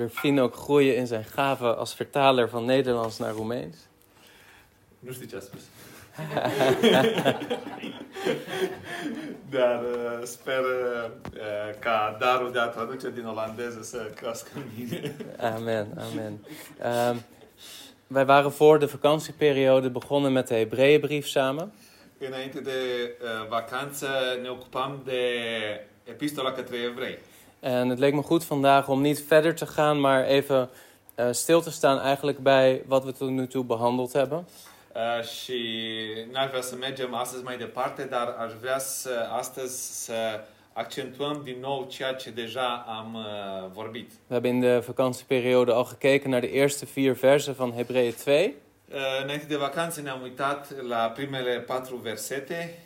Durfin ook groeien in zijn gave als vertaler van Nederlands naar Roemeens? Nu știi ce a spus. Dar uh, sper uh, ca darul de a traduce din olandeză să crească în mine. Amen, amen. Ehm, wij waren voor de vakantieperiode begonnen met de Hebreeënbrief samen. Înainte de uh, vacanță ne ocupam de epistola către evrei. En het leek me goed vandaag om niet verder te gaan, maar even eh, stil te staan eigenlijk bij wat we tot nu toe behandeld hebben. Uh, și n-aș vrea să mergem astăzi mai departe, dar aș vrea să, astăzi să accentuăm din nou ceea ce deja am uh, vorbit. We hebben in de vakantieperiode al gekeken naar de eerste vier versen van Hebreeën 2. Uh, Înainte de vacanță ne-am uitat la primele patru versete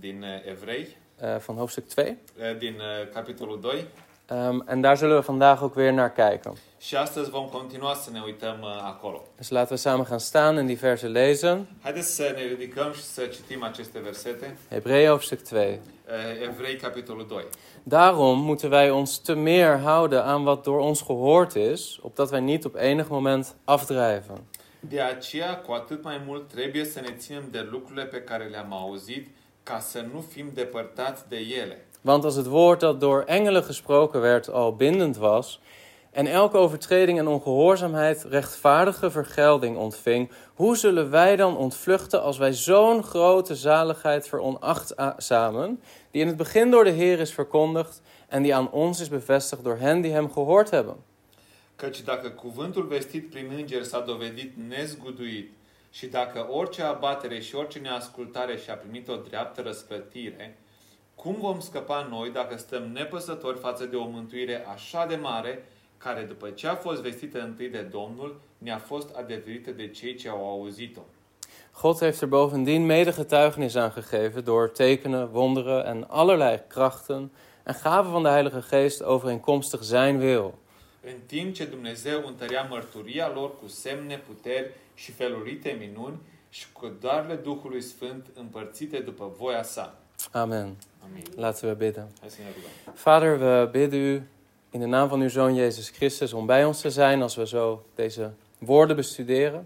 din uh, Evrei, eh, van hoofdstuk 2. uh, din uh, capitolul 2 Ehm, en daar zullen we vandaag ook weer naar kijken. și astăzi vom continua să ne uităm uh, acolo. Dus laten we samen gaan staan en die versen lezen. Haideți să ne ridicăm și să citim aceste versete. Hebreeën hoofdstuk 2. Uh, Evrei, capitolul 2. Daarom moeten wij ons te meer houden aan wat door ons gehoord is, opdat wij niet op enig moment afdrijven. De aceea, cu atât mai mult, trebuie să ne ținem de lucrurile pe care le-am auzit, ca să nu fim depărtați de ele. Want als het woord dat door engelen gesproken werd al bindend was, en elke overtreding en ongehoorzaamheid rechtvaardige vergelding ontving, hoe zullen wij dan ontvluchten als wij zo'n grote zaligheid veronachtzamen, die in het begin door de Heer is verkondigd en die aan ons is bevestigd door hen die hem gehoord hebben? Căci dacă cuvântul vestit prin înger s-a dovedit nezguduit și dacă orice abatere și orice neascultare și-a primit o dreaptă răsplătire, cum vom scăpa noi dacă stăm nepăsători față de o mântuire așa de mare, care după ce a fost vestită întâi de Domnul, ne-a fost adeverită de cei ce au auzit-o? God heeft er bovendien mede getuigenis aan gegeven door tekenen, wonderen en allerlei krachten en gaven van de Heilige Geest overeenkomstig zijn wil. În timp ce Dumnezeu întărea mărturia lor cu semne, puteri și felurite minuni și cu darurile Duhului Sfânt împărțite după voia sa. Amen. Amin. Laten we bidden. Hai să ne rugăm. Vader, we bidden u in de naam van uw Zoon Jezus Christus om bij ons te zijn als we zo deze woorden bestuderen.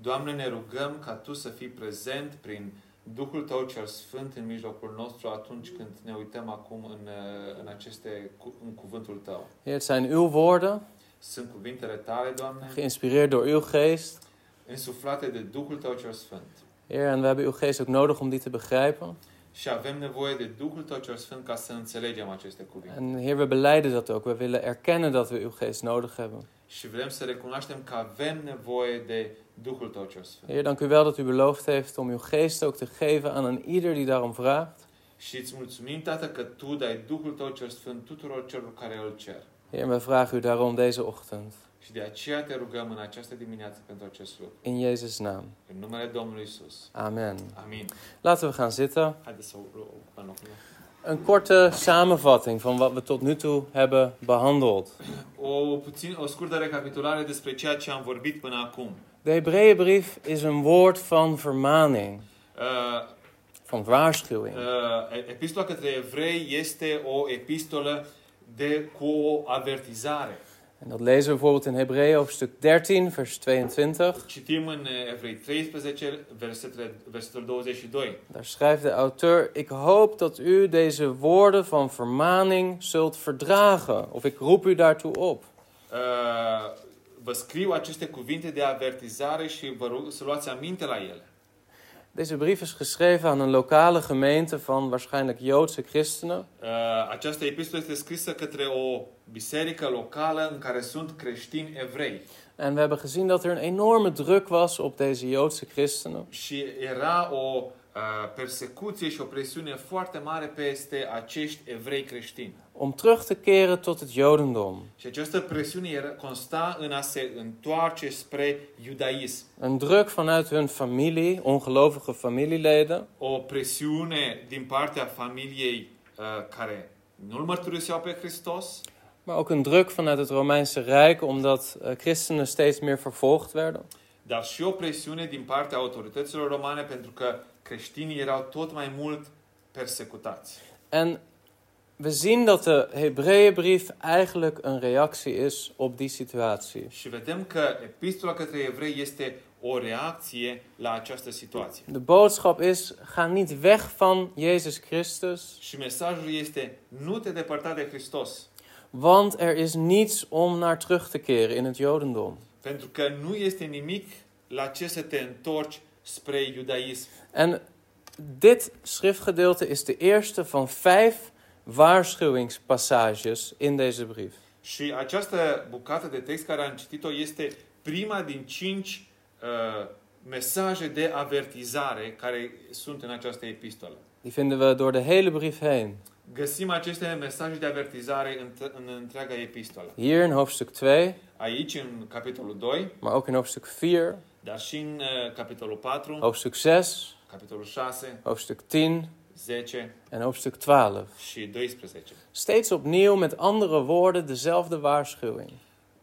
Doamne, ne rugăm ca Tu să fii prezent prin Duhul Tău cel Sfânt în mijlocul nostru atunci când ne uităm acum în, uh, în aceste cu- în cuvântul Tău. Heer, het zijn uw woorden, Sunt cuvintele Tale, Doamne, geïnspireerd door uw geest. însuflate de Duhul Tău cel Sfânt. Heer, en we hebben uw geest ook nodig om die te begrijpen. Și avem nevoie de Duhul Tău cel Sfânt ca să înțelegem aceste cuvinte. En Heer, we beleiden dat ook. We willen erkennen dat we uw geest nodig hebben. Și vrem să recunoaștem că avem nevoie de Duhul Tău cel Sfânt. Heer, dank u wel dat u beloofd heeft om uw geest ook te geven aan een ieder die daarom vraagt. Și îți mulțumim, Tată, că Tu dai Duhul Tău cel Sfânt tuturor celor care îl cer. Heer, we vragen u daarom deze ochtend. Și de aceea te rugăm în această dimineață pentru acest lucru. In Jezus' naam. În numele Domnului Isus. Amen. Amin. Laten we gaan zitten. Haideți să o ocupăm locul. Een korte samenvatting van wat we tot nu toe hebben behandeld. O, puțin, o scurtă recapitulare despre ceea ce am vorbit până acum. De Hebreeënbrief is een woord van vermaning, Uh, van waarschuwing. uh, epistola către evrei este o epistolă de, cu o avertizare. En dat lezen we bijvoorbeeld in Hebreeën hoofdstuk 13, vers 22. Citim în Evrei 13, versetele, versetul 22. Daar schrijft de auteur: Ik hoop dat u deze woorden van vermaning zult verdragen. Of ik roep u daartoe op. Uh, vă scriu aceste cuvinte de avertizare și vă rog să luați aminte la ele. Deze brief is geschreven aan een lokale gemeente van waarschijnlijk Joodse christenen. Uh, această epistolă este scrisă către o biserică locală în care sunt creștini evrei. En we hebben gezien dat er een enorme druk was op deze Joodse christenen. Și era o uh, persecuție și o presiune foarte mare peste acești evrei creștini. om terug te keren tot het Jodendom. Și această presiune era, consta în a se întoarce spre iudaism. Een druk vanuit hun familie, ongelovige familieleden. o presiune din partea familiei uh, care nu-L mărturiseau pe Hristos, Maar ook een druk vanuit het Romeinse Rijk, omdat eh, christenen steeds meer vervolgd werden. dar și o presiune din partea autorităților romane pentru că creștinii erau tot mai mult persecutați. En We zien dat de Hebreeënbrief eigenlijk een reactie is op die situatie. Și vedem că epistola către evrei este o reacție la această situație. De boodschap is: ga niet weg van Jezus Christus, Și mesajul este, nu te depărta de Hristos, want er is niets om naar terug te keren in het Jodendom. pentru că nu este nimic la ce să te întorci spre iudaism. En dit schriftgedeelte is de eerste van vijf waarschuwingspassages in deze brief. Și această bucată de text care am citit-o este prima din cinci uh, mesaje de avertizare care sunt în această epistolă. Die vinden we door de hele brief heen. Găsim aceste mesaje de avertizare în, t- în întreaga epistolă. Hier in hoofdstuk 2, Aici, în capitolul 2, maar ook in hoofdstuk 4, dar și în uh, capitolul 4, hoofdstuk 6, capitolul 6, hoofdstuk 10 10 en hoofdstuk 12. și 12. Steeds opnieuw met andere woorden dezelfde waarschuwing.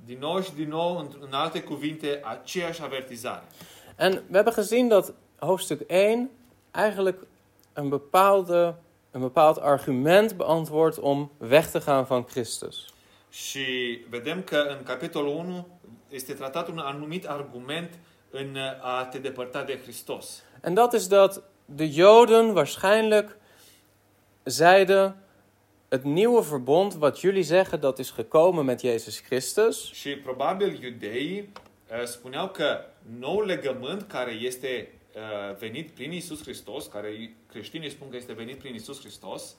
Din nou și din nou, în, în alte cuvinte, aceeași avertizare. En we hebben gezien dat hoofdstuk 1 eigenlijk een, bepaalde, een bepaald argument beantwoordt om weg te gaan van Christus. Și vedem că în capitolul 1 este tratat un anumit argument în uh, a te depărta de Hristos. En dat is dat de Joden waarschijnlijk zeiden: het nieuwe verbond wat jullie zeggen dat is gekomen met Jezus Christus, Și probabil iudeii uh, spuneau că nou legământ care este uh, venit prin Isus Hristos, care creștinii spun că este venit prin Isus Hristos,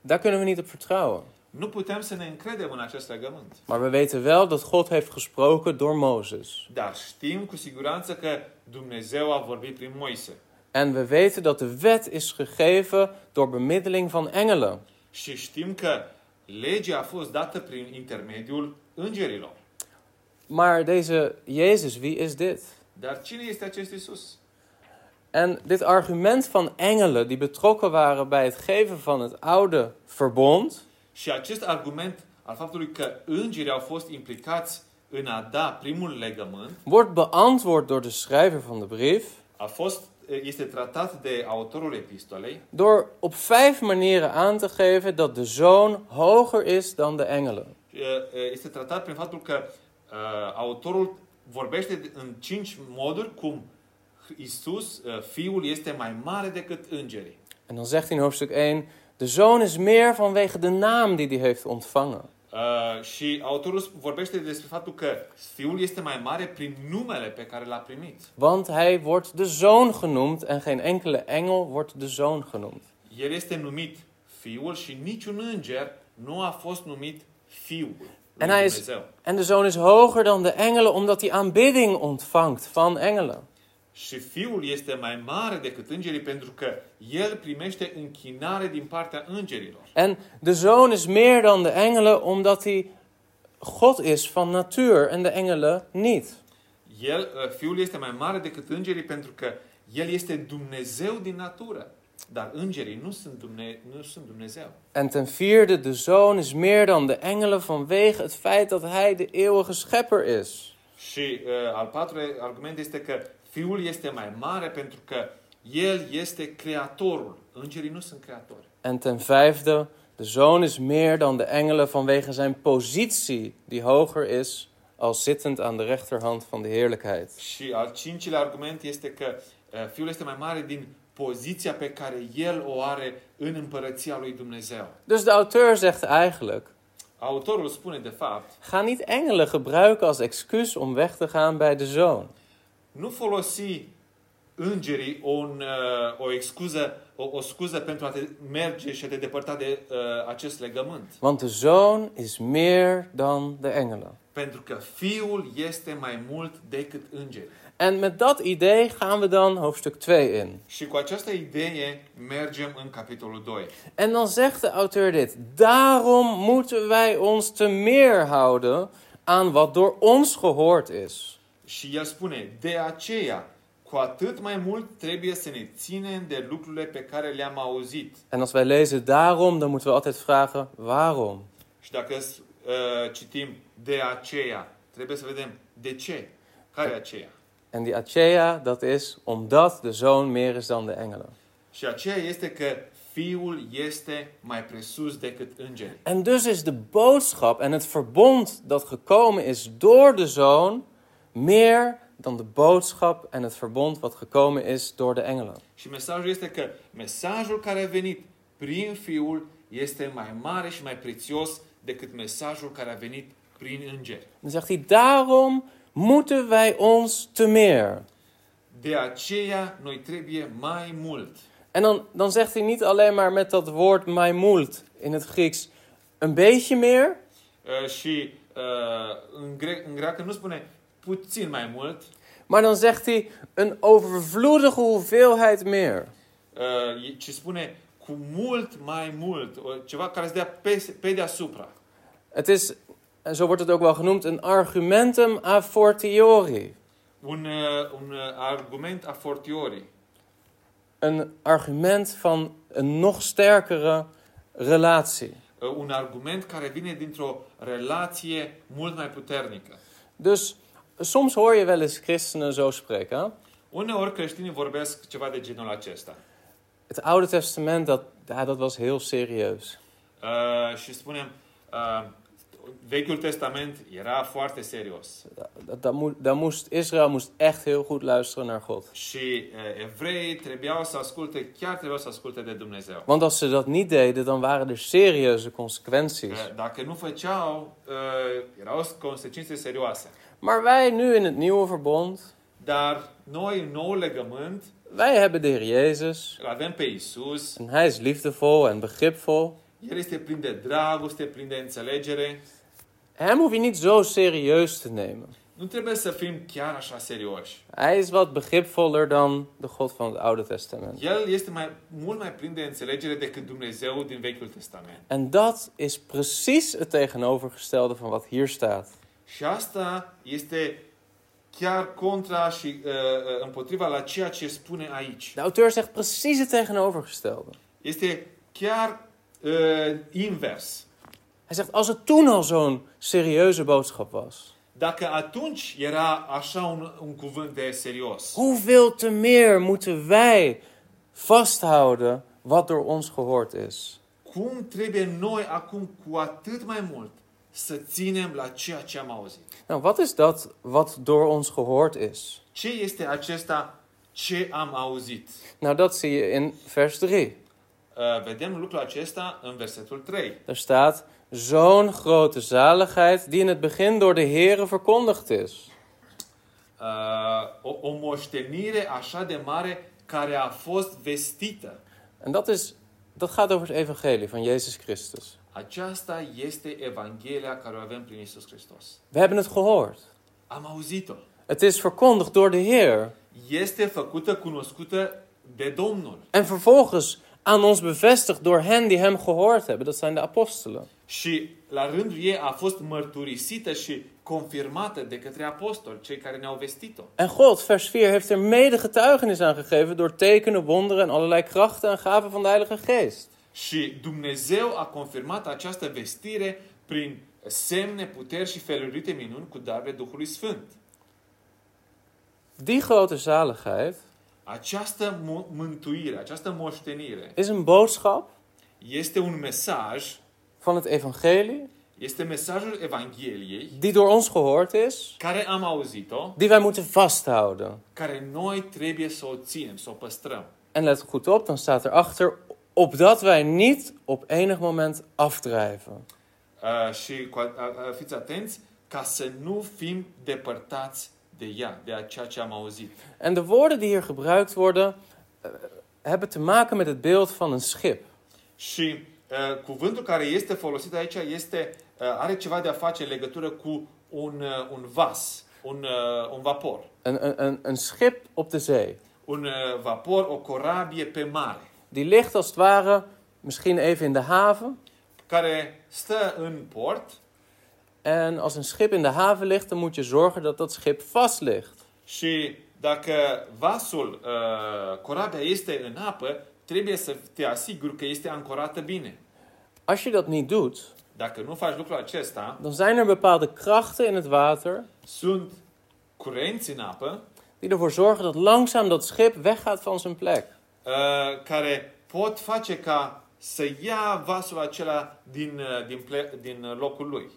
daar kunnen we niet op vertrouwen. nu putem să ne încredem în acest legământ. Maar we weten wel dat God heeft gesproken door Mozes. Dar știm cu siguranță că Dumnezeu a vorbit prin Moise. En we weten dat de wet is gegeven door bemiddeling van engelen. Și știm că legea a fost dată prin intermediul îngerilor. Maar deze Jezus, wie is dit? Dar cine este acest Isus? En dit argument van engelen die betrokken waren bij het geven van het oude verbond, Și acest argument al faptului că îngerii au fost implicați în a da primul legământ wordt beantwoord door de schrijver van de brief a fost, este tratat de autorul epistolei door op vijf manieren aan te geven dat de zoon hoger is dan de engelen. este tratat prin faptul că uh, autorul vorbește în cinci moduri cum Isus, uh, Fiul, este mai mare decât îngerii. En dan zegt hij in hoofdstuk 1, de zoon is meer vanwege de naam die hij heeft ontvangen. Uh, și autorul vorbește despre faptul că Fiul este mai mare prin numele pe care l-a primit. Want hij wordt de zoon genoemd en geen enkele engel wordt de zoon genoemd. El este numit Fiul și niciun înger nu a fost numit Fiul lui And I- Dumnezeu. En de zoon is hoger dan de engelen omdat hij aanbidding ontvangt van engelen. Și Fiul este mai mare decât îngerii pentru că el primește închinare din partea îngerilor. En de zoon is meer dan de engelen omdat hij God is van natuur en de engelen niet. El, uh, fiul este mai mare decât îngerii pentru că el este Dumnezeu din natură. Dar îngerii nu sunt, Dumne- nu sunt Dumnezeu. En ten vierde, de zoon is meer dan de engelen vanwege het feit dat hij de eeuwige schepper is. Și uh, al patrulea argument este că Fiul este mai mare pentru că El este Creatorul. Îngerii nu sunt creatori. En ten vijfde, de zoon is meer dan de engelen vanwege zijn positie die hoger is als zittend aan de rechterhand van de heerlijkheid. Și al cincilea argument este că uh, Fiul este mai mare din poziția pe care El o are în împărăția lui Dumnezeu. Dus de auteur zegt eigenlijk: Autorul spune, de fapt, ga niet engelen gebruiken als excuus om weg te gaan bij de zoon. nu folosi îngerii un, uh, o excuză, o, o scuză pentru a te merge și a te depărta de uh, acest legământ. Want de zoon is meer dan de engelen. Pentru că Fiul este mai mult decât îngerii. En met dat idee gaan we dan hoofdstuk 2 in. Și cu această idee mergem în capitolul 2. En dan zegt de auteur dit: Daarom moeten wij ons te meer houden aan wat door ons gehoord is. Și el spune, de aceea, cu atât mai mult trebuie să ne ținem de lucrurile pe care le-am auzit. En als wij lezen daarom, dan moeten we altijd vragen waarom. Și dacă uh, citim de aceea, trebuie să vedem de ce. Care e aceea? En die Achea, dat is omdat de zoon meer is dan de engelen. Și aceea este că Fiul este mai presus decât îngerii. En dus is de boodschap en het verbond dat gekomen is door de zoon meer dan de boodschap en het verbond wat gekomen is door de engelen. Și mesajul este că mesajul care a venit prin Fiul este mai mare și mai prețios decât mesajul care a venit prin îngeri. Dan zegt hij, daarom moeten wij ons te meer. De aceea noi trebuie mai mult. En dan, dan zegt hij niet alleen maar met dat woord maimoult in het Grieks een beetje meer, Uh, și uh, în, gre- în greacă nu spune puțin mai mult, maar dan zegt hij een overvloedige hoeveelheid meer. uh, e- ci spune cu mult mai mult, o- ceva care se dea pe, pe deasupra. Het is, en zo wordt het ook wel genoemd, een argumentum a fortiori. Un, uh, un uh, argument a fortiori. uh, Een argument van een nog sterkere relatie. Uh, un argument care vine dintr-o relație mult mai puternică. Dus soms hoor je wel eens christenen zo spreken. hè? Uneori creștinii vorbesc ceva de genul acesta. Het Oude Testament, dat, ja, dat was heel serieus. Uh, și spunem, uh, Vechiul Testament era foarte serios Dat, dat moet, daar moest, Israël moest echt heel goed luisteren naar God. și uh, evreii trebuiau să asculte, chiar trebuiau să asculte de Dumnezeu. Want als ze dat niet deden, dan waren er serieuze consequenties. Că Eh, dacă nu făceau, uh, erau consecințe serioase. Maar wij nu in het nieuwe verbond, Dar noi, în nou legământ, wij hebben de Heer Jezus. îl avem pe Isus. En hij is liefdevol en begripvol. El este plin de dragoste, plin de înțelegere. Hem hoef je niet zo serieus te nemen. Nu trebuie să fim chiar așa serioși. Hij is wat begripvoller dan de God van het Oude Testament. El este mai, mult mai plin de înțelegere decât Dumnezeu din Vechiul Testament. En dat is precies het tegenovergestelde van wat hier staat. Și asta este chiar contra și uh, uh, împotriva la ceea ce spune aici. De auteur zegt precies het tegenovergestelde. Este chiar uh, invers. Hij zegt, als het toen al zo'n serieuze boodschap was, Dacă atunci era așa un, un cuvânt de serios, hoeveel te meer moeten wij vasthouden wat door ons gehoord is? cum trebuie noi acum cu atât mai mult să ținem la ceea ce am auzit? Nou, wat is dat wat door ons gehoord is? Ce este acesta ce am auzit? Nou, dat zie je in vers 3. Uh, vedem lucrul acesta în versetul 3. Daar staat: Zo'n grote zaligheid die in het begin door de Here verkondigd is. Uh, o, o moștenire așa de mare care a fost vestită. En dat, is, dat gaat over het evangelie van Jezus Christus. Aceasta este Evanghelia care o avem prin Isus Hristos. We hebben het gehoord. Am auzit-o. Het is verkondigd door de Heer. Este făcută cunoscută de Domnul En vervolgens aan ons bevestigd door hen die hem gehoord hebben. Dat zijn de apostelen. și la rândul ei a fost mărturisită și confirmată de către apostoli, cei care ne-au vestit-o. En God, vers 4, heeft er mede getuigenis aan gegeven door tekenen, wonderen en allerlei krachten en gaven van de Heilige Geest. Și Dumnezeu a confirmat această vestire prin semne, puteri și felurite minuni cu darurile Duhului Sfânt. Die grote zaligheid Această mo- mântuire, această moștenire is een boodschap este un mesaj, van het evangelie este mesajul Evangheliei die door ons gehoord is, care am auzit-o, die wij moeten vasthouden. care noi trebuie să o ținem, să o păstrăm. En let goed op, dan staat erachter, opdat wij niet op enig moment afdrijven. Uh, și cu, a, a, fiți atenți ca să nu fim depărtați de ea, de a ceea ce am auzit. En de woorden die hier gebruikt worden, eh, hebben te maken met het beeld van een schip. Și uh, cuvântul care este folosit aici este uh, are ceva de a face în legătură cu un, uh, un vas, un, uh, un vapor. Een, een- een, een schip op de zee. Un uh, vapor, o corabie pe mare, Die ligt als het ware misschien even in de haven. care stă în port En als een schip in de haven ligt, dan moet je zorgen dat dat schip vast ligt. Și dacă vasul, uh, corabia este în apă, trebuie să te asiguri că este ancorată bine. Als je dat niet doet, Dacă nu faci lucrul acesta, dan zijn er bepaalde krachten in het water sunt curenți în apă die ervoor zorgen dat langzaam dat schip weggaat van zijn plek. uh, care pot face ca să ia vasul acela din, uh, din, ple- din uh, locul lui.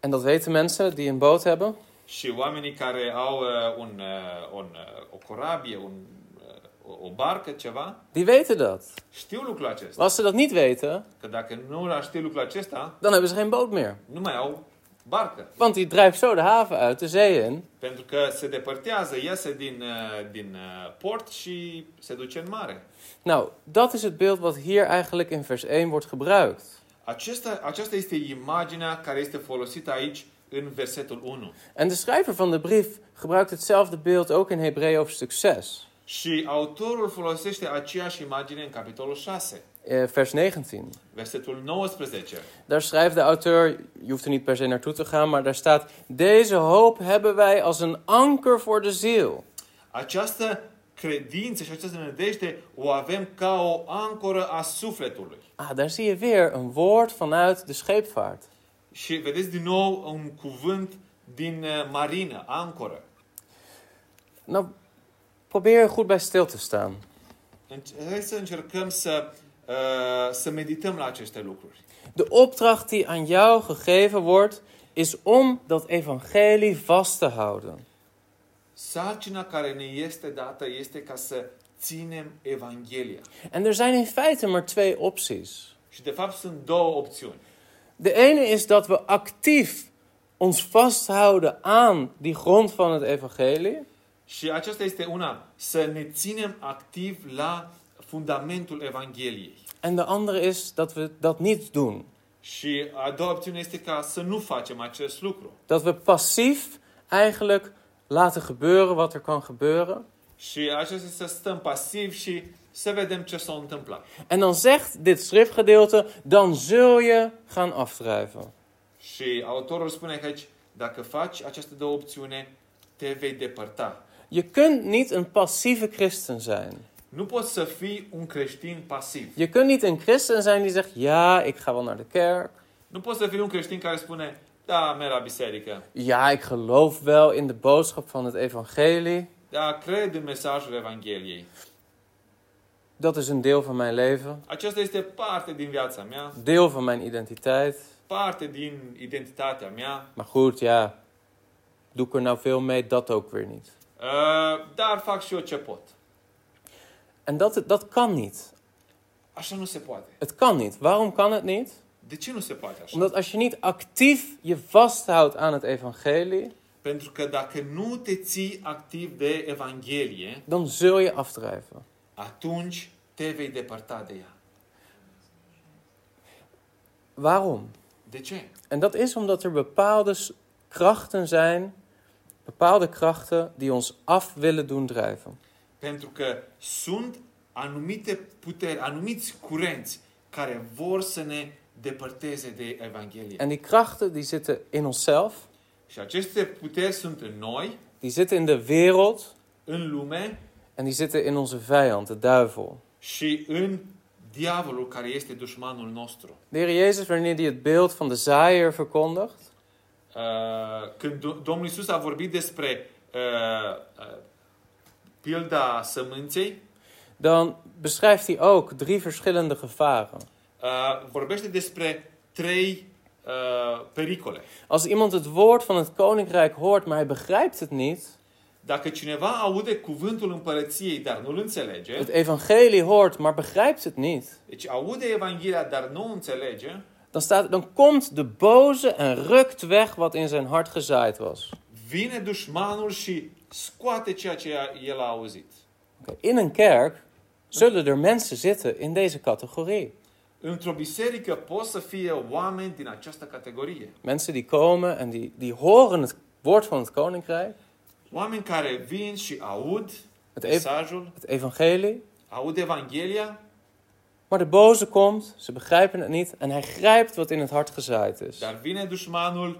En dat weten mensen die een boot hebben. Și oamenii care au uh, un, uh, un, uh, o corabie, un, uh, o- o barcă, ceva, Die weten dat. știu lucrul acesta. Maar als ze dat niet weten, Că dacă nu ar ști lucrul acesta, dan hebben ze geen boot meer. nu mai au barcă. Want die drijft zo de haven uit, de zee in. Pentru că se depărtează, iese din, uh, din uh, port și se duce în mare. Nou, dat is het beeld wat hier eigenlijk in vers 1 wordt gebruikt. Acesta, aceasta este imaginea care este folosită aici în versetul 1. En de schrijver van de brief gebruikt hetzelfde beeld ook in Hebreeën hoofdstuk 6, Și autorul folosește aceeași imagine în capitolul 6, eh, vers 19. versetul 19. Daar schrijft de auteur, je hoeft er niet per se naartoe te gaan, maar daar staat: Deze hoop hebben wij als een anker voor de ziel. Această credință și această nădejde o avem ca o ancoră a sufletului. Ah, daar zie je weer een woord vanuit de scheepvaart. Și vedeți din nou un cuvânt din uh, marină, ancoră. Nou, probeer er goed bij stil te staan. Înce- Hai să încercăm să, uh, să medităm la aceste lucruri. De opdracht die aan jou gegeven wordt, is om dat evangelie vast te houden. Sarcina care ne este dată este ca să ținem Evanghelia. En er zijn in feite maar twee opties. Și de fapt sunt două opțiuni. De ene is dat we actief ons vasthouden aan die grond van het evangelie. Și aceasta este una, să ne ținem activ la fundamentul Evangheliei. En de andere is dat we dat niet doen. Și a doua opțiune este ca să nu facem acest lucru. Dat we passief eigenlijk laten gebeuren wat er kan gebeuren. Și aceasta este să stăm pasiv și să vedem ce s-a întâmplat. En dan zegt dit schriftgedeelte, dan zul je gaan afdrijven. Și autorul spune că aici, dacă faci aceste două opțiune, te vei depărta. Je kunt niet een passieve christen zijn. Nu poți să fii un creștin pasiv. Je kunt niet een christen zijn die zegt, ja, ik ga wel naar de kerk. Nu poți să fii un creștin care spune, da, merg la biserică, Ja, ik geloof wel in de boodschap van het evangelie. da, cred în mesajul Evangheliei. Dat is een deel van mijn leven, Aceasta este parte din viața mea, deel van mijn identiteit. parte din identitatea mea, Maar goed, ja, doe ik er nou veel mee? Dat ook weer niet. uh, dar fac și eu ce pot. En dat, dat kan niet. Așa nu se poate. Het kan niet. Waarom kan het niet? De ce nu se poate așa? Omdat als je niet actief je vasthoudt aan het evangelie, Pentru că dacă nu te ții activ de Evanghelie, dan zul je afdrijven. atunci te vei depărta de ea. Waarom? De ce? En dat is omdat er bepaalde s- krachten zijn, bepaalde krachten die ons af willen doen drijven. Pentru că sunt anumite puteri, anumiți curenți care vor să ne depărteze de Evanghelie. En die krachten die zitten in onszelf, Și aceste puteri sunt în noi, die zitten in de wereld în lume en die zitten in onze vijand, de duivel. și în diavolul care este dușmanul nostru. De Heer Jezus, wanneer hij het beeld van de zaaier verkondigt, Uh, Când Do- Domnul Isus a vorbit despre uh, uh, pilda sămânței, dan beschrijft hij ook drie verschillende gevaren. Uh, vorbește despre trei uh, pericole. Als iemand het woord van het koninkrijk hoort, maar hij begrijpt het niet, Dacă cineva aude cuvântul împărăției, dar nu-l înțelege, het evangelie hoort, maar begrijpt het niet, deci aude Evanghelia, dar nu înțelege, dan, staat, dan komt de boze en rukt weg wat in zijn hart gezaaid was. vine dușmanul și scoate ceea ce a- el a auzit. Oké, In een kerk zullen er mensen zitten in deze categorie. Într-o biserică pot să fie oameni din această categorie. Mensen die komen en die, die horen het woord van het koninkrijk, Oameni care vin și aud het, ev- mesajul, het evangelie, aud Evanghelia, maar de boze komt, ze begrijpen het niet en hij grijpt wat in het hart gezaaid is. dar vine dușmanul,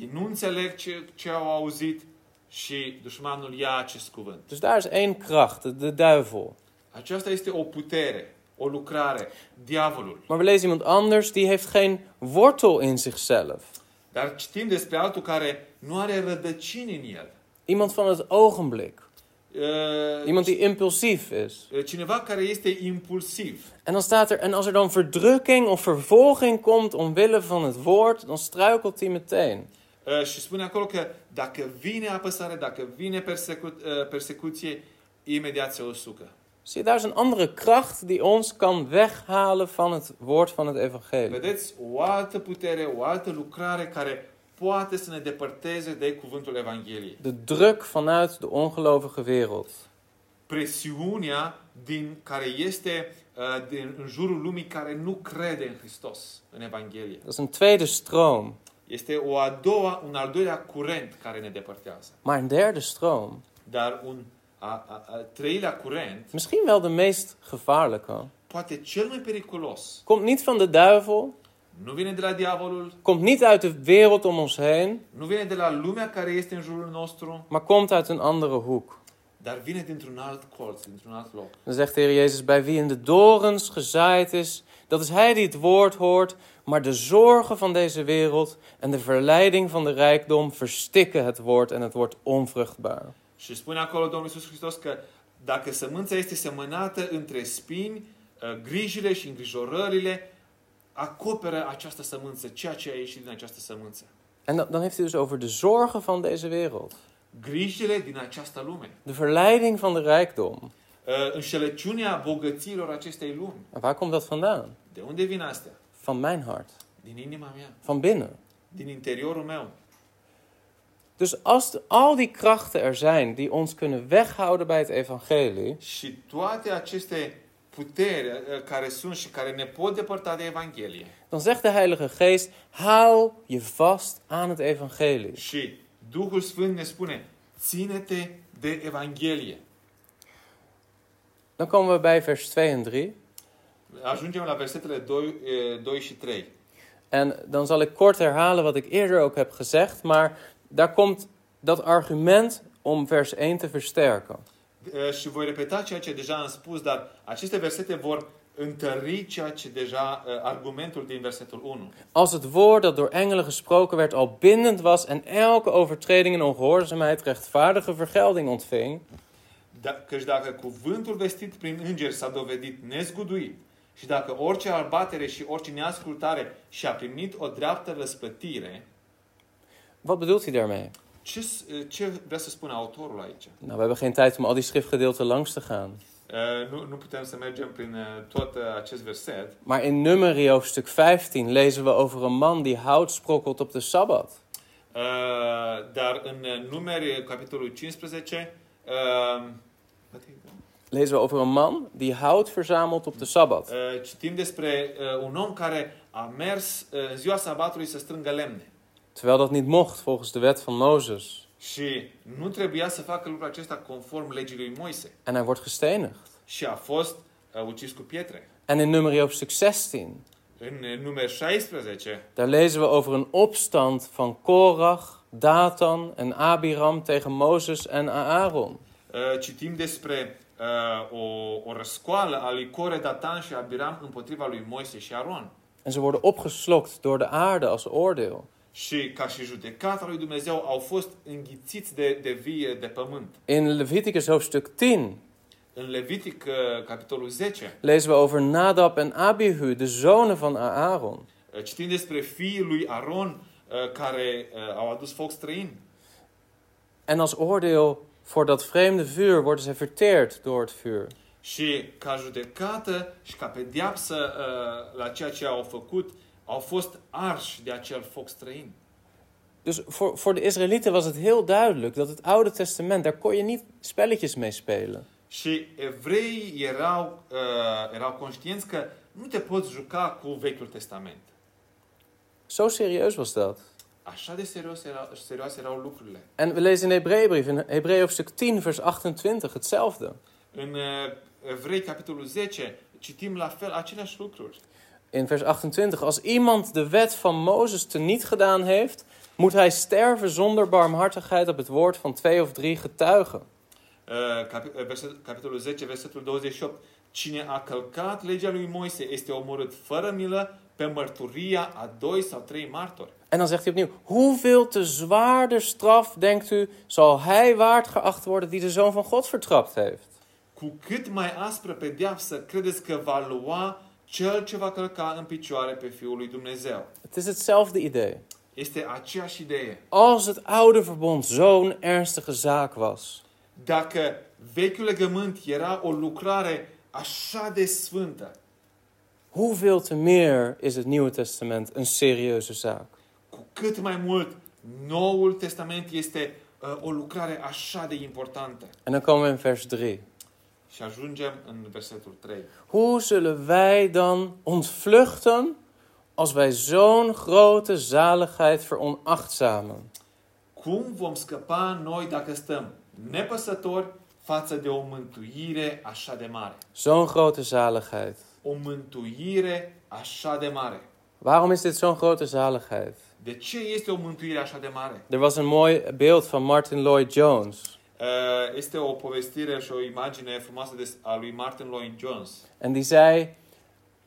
ei nu înțeleg ce, ce au auzit și dușmanul ia acest cuvânt. Dus daar is één kracht, de- de duivel. Aceasta este o putere, o lucrare, diavolul. Maar we lezen iemand anders die heeft geen wortel in zichzelf. Dar citim despre altul care nu are rădăcini în el. Iemand van het ogenblik. uh, Iemand die impulsief is. uh, cineva care este impulsiv. En dan staat er, en als er dan verdrukking of vervolging komt omwille van het woord, dan struikelt hij meteen. Uh, și spune acolo că dacă vine apăsare, dacă vine persecu- uh, persecuție, imediat se usucă. Zie, je, daar is een andere kracht die ons kan weghalen van het woord van het evangelie. Vedeți? O altă putere, o altă lucrare care poate să ne depărteze de cuvântul Evangheliei. De druk vanuit de ongelovige wereld. Presiunea din care este uh, din, în jurul lumii care nu crede în Hristos, în Evanghelie. Dat is een tweede stroom, Este o a doua, un al doilea curent care ne depărtează. maar een derde stroom. Dar un a, a, a treilea curent, Misschien wel de meest gevaarlijke. poate cel mai periculos, Komt niet van de duivel, nu vine de la diavolul, komt niet uit de wereld om ons heen, nu vine de la lumea care este în jurul nostru, maar komt uit een andere hoek. dar vine dintr-un alt colț, dintr-un alt loc. Dan zegt de Heer Jezus, bij wie in de dorens gezaaid is, dat is hij die het woord hoort, maar de zorgen van deze wereld en de verleiding van de rijkdom verstikken het woord en het wordt onvruchtbaar. Și spune acolo Domnul Iisus Hristos că dacă sămânța este semănată între spini, uh, grijile și îngrijorările acoperă această sămânță, ceea ce a ieșit din această sămânță. En dan, dan heeft hij dus over de zorgen van deze wereld, Grijile din această lume, de verleiding van de rijkdom. uh, înșelăciunea bogăților acestei lumi. En waar komt dat vandaan? De unde vin astea? Van mijn hart, Din inima mea, van binnen. din interiorul meu. Dus als de- al die krachten er zijn die ons kunnen weghouden bij het evangelie, Și toate aceste puteri uh, care sunt și care ne pot depărta de Evanghelie. dan zegt de Heilige Geest: hou je vast aan het evangelie. Și Duhul Sfânt ne spune, ține-te de Evanghelie. Dan komen we bij vers 2 en 3. Ajungem la versetele 2, eh, 2 și 3. En dan zal ik kort herhalen wat ik eerder ook heb gezegd, maar daar komt dat argument om vers 1 te versterken. Eh, Și voi repeta ceea ce deja am spus, dar aceste versete vor întări ceea ce deja eh, argumentul din versetul 1. Als het woord dat door engelen gesproken werd al bindend was en elke overtreding en ongehoorzaamheid rechtvaardige vergelding ontving, Da- Căci dacă cuvântul vestit prin înger s-a dovedit nezguduit și dacă orice albatere și orice neascultare și-a primit o dreaptă răspătire, wat bedoelt hij daarmee? ce, s- eh, ce vrea să spună autorul aici? Nou, we hebben geen tijd om al die schriftgedeelten langs te gaan. Eh, Nu, nu putem să mergem prin eh, tot eh, acest verset, Maar in Numeri hoofdstuk 15 lezen we over een man die hout sprokkelt op de Sabbat. Uh, dar în uh, numeri, capitolul 15, uh, Lezen we over een man die hout verzamelt op de Sabbat. uh, citim despre uh, un om care a mers uh, în ziua sabatului să strângă lemne. Terwijl dat niet mocht volgens de wet van Mozes. Și nu trebuia să facă lucrul acesta conform legii lui Moise. En hij wordt gestenigd. Și a fost uh, ucis cu pietre. En in Numeri hoofdstuk 16, În uh, numeri 16, daar lezen we over een opstand van Korach, Datan en Abiram tegen Mozes en Aaron. uh, citim despre uh, o, o răscoală a lui Core, Datan și Abiram împotriva lui Moise și Aron. En ze worden opgeslokt door de aarde als oordeel. Și ca și judecata lui Dumnezeu au fost înghițiți de, de vie de pământ. In Leviticus hoofdstuk 10 În Levitic, uh, capitolul 10, lezen we over Nadab en Abihu, de zonen van Aaron. uh, citim despre fiii lui Aron uh, care uh, au adus foc străin En als oordeel voor dat vreemde vuur worden zij verteerd door het vuur. și ca judecată și ca pedeapsă uh, la ceea ce au făcut, au fost arși de acel foc străin. Dus voor, voor de Israëlieten was het heel duidelijk dat het Oude Testament, daar kon je niet spelletjes mee spelen. Și evreii erau, uh, erau conștienți că nu te poți juca cu Vechiul Testament. Zo serieus was dat. Așa de serios erau, serioase erau lucrurile. En we lezen in de Hebreeënbrief, in Hebreeën hoofdstuk 10, vers 28, hetzelfde. În uh, Evrei, capitolul 10, citim la fel aceleași lucruri. In vers 28, als iemand de wet van Mozes teniet gedaan heeft, moet hij sterven zonder barmhartigheid op het woord van twee of drie getuigen. Uh, capi- uh, verset, capitolul 10, versetul 28. Cine a călcat legea lui Moise este omorât fără milă pe mărturia a doi sau trei martori. En dan zegt hij opnieuw: Hoeveel te zwaarder straf, denkt u, zal hij waard geacht worden die de zoon van God vertrapt heeft? Cu cât mai aspră pedeapsă credeți că va lua cel ce va călca în picioare pe Fiul lui Dumnezeu. Het is hetzelfde idee. Este aceeași idee. Als het oude verbond zo'n ernstige zaak was, Dacă vechiul legământ era o lucrare așa de sfântă, hoeveel te meer is het Nieuwe Testament een serieuze zaak? cu cât mai mult Noul Testament este uh, o lucrare așa de importantă. En dan komen we in vers 3. Și ajungem în versetul 3. Hoe zullen wij dan ontvluchten als wij zo'n grote zaligheid veronachtzamen? Cum vom scăpa noi dacă stăm nepăsători față de o mântuire așa de mare? Zo'n grote zaligheid. O mântuire așa de mare. Waarom is dit zo'n grote zaligheid? De ce este o mântuire așa de mare? Er was een mooi beeld van Martin Lloyd Jones. Uh, Este o povestire și o imagine frumoasă de, a lui Martin Lloyd Jones. En die zei: